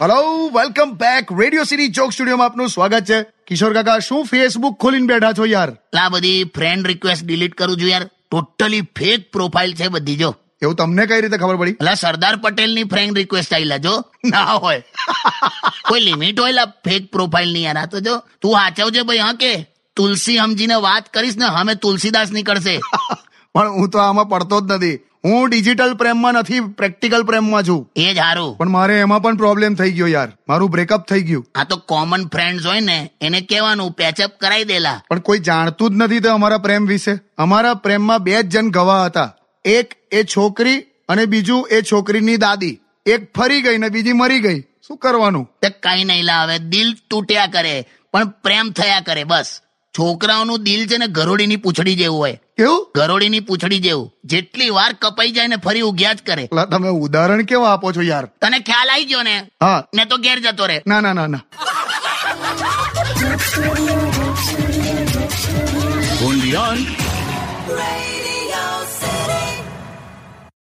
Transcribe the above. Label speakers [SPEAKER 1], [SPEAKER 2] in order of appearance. [SPEAKER 1] Hello welcome back Radio City joke સ્ટુડિયોમાં આપનું સ્વાગત છે કિશોર કાકા શું ફેસબુક ખોલીને બેઠા છો યાર
[SPEAKER 2] આ બધી ફ્રેન્ડ રિક્વેસ્ટ ડિલીટ કરું છું યાર ટોટલી ફેક પ્રોફાઇલ છે બધી જો
[SPEAKER 1] એવું તમને કઈ રીતે ખબર પડી
[SPEAKER 2] એટલે સરદાર પટેલની ફ્રેન્ડ રિક્વેસ્ટ આવી લેજો ના હોય કોઈ લિમિટ હોય ફેક પ્રોફાઇલ ની યાર આ તો જો તું હાચવજે ભાઈ હા કે તુલસી સમજીને વાત કરીશ ને હમે તુલસીદાસ નીકળશે
[SPEAKER 1] પણ હું તો આમાં પડતો જ નથી હું ડિજિટલ પ્રેમમાં નથી પ્રેક્ટિકલ પ્રેમમાં છું
[SPEAKER 2] એ જ હારું
[SPEAKER 1] પણ મારે એમાં પણ પ્રોબ્લેમ થઈ ગયો યાર મારું બ્રેકઅપ થઈ ગયું
[SPEAKER 2] આ તો કોમન ફ્રેન્ડ હોય ને એને કહેવાનું પેચઅપ કરાઈ દેલા
[SPEAKER 1] પણ કોઈ જાણતું જ નથી તો અમારા પ્રેમ વિશે અમારા પ્રેમમાં બે જ જણ ગવાહ હતા એક એ છોકરી અને બીજું એ છોકરીની દાદી એક ફરી ગઈ ને બીજી મરી ગઈ શું કરવાનું
[SPEAKER 2] તે કઈ નહીં લા હવે દિલ તૂટ્યા કરે પણ પ્રેમ થયા કરે બસ છોકરાઓનું દિલ છે ને ગરોડીની પૂંછડી જેવું હોય
[SPEAKER 1] કેવું
[SPEAKER 2] ગરોડીની પૂંછડી જેવું જેટલી વાર કપાઈ જાય ને ફરી ઉગ્યા જ કરે
[SPEAKER 1] લા, તમે ઉદાહરણ કેવા આપો છો યાર
[SPEAKER 2] તને ખ્યાલ આવી ગયો ને
[SPEAKER 1] હા
[SPEAKER 2] ને તો ઘેર જતો રે
[SPEAKER 1] ના ના ના ના
[SPEAKER 3] Julián.
[SPEAKER 4] Radio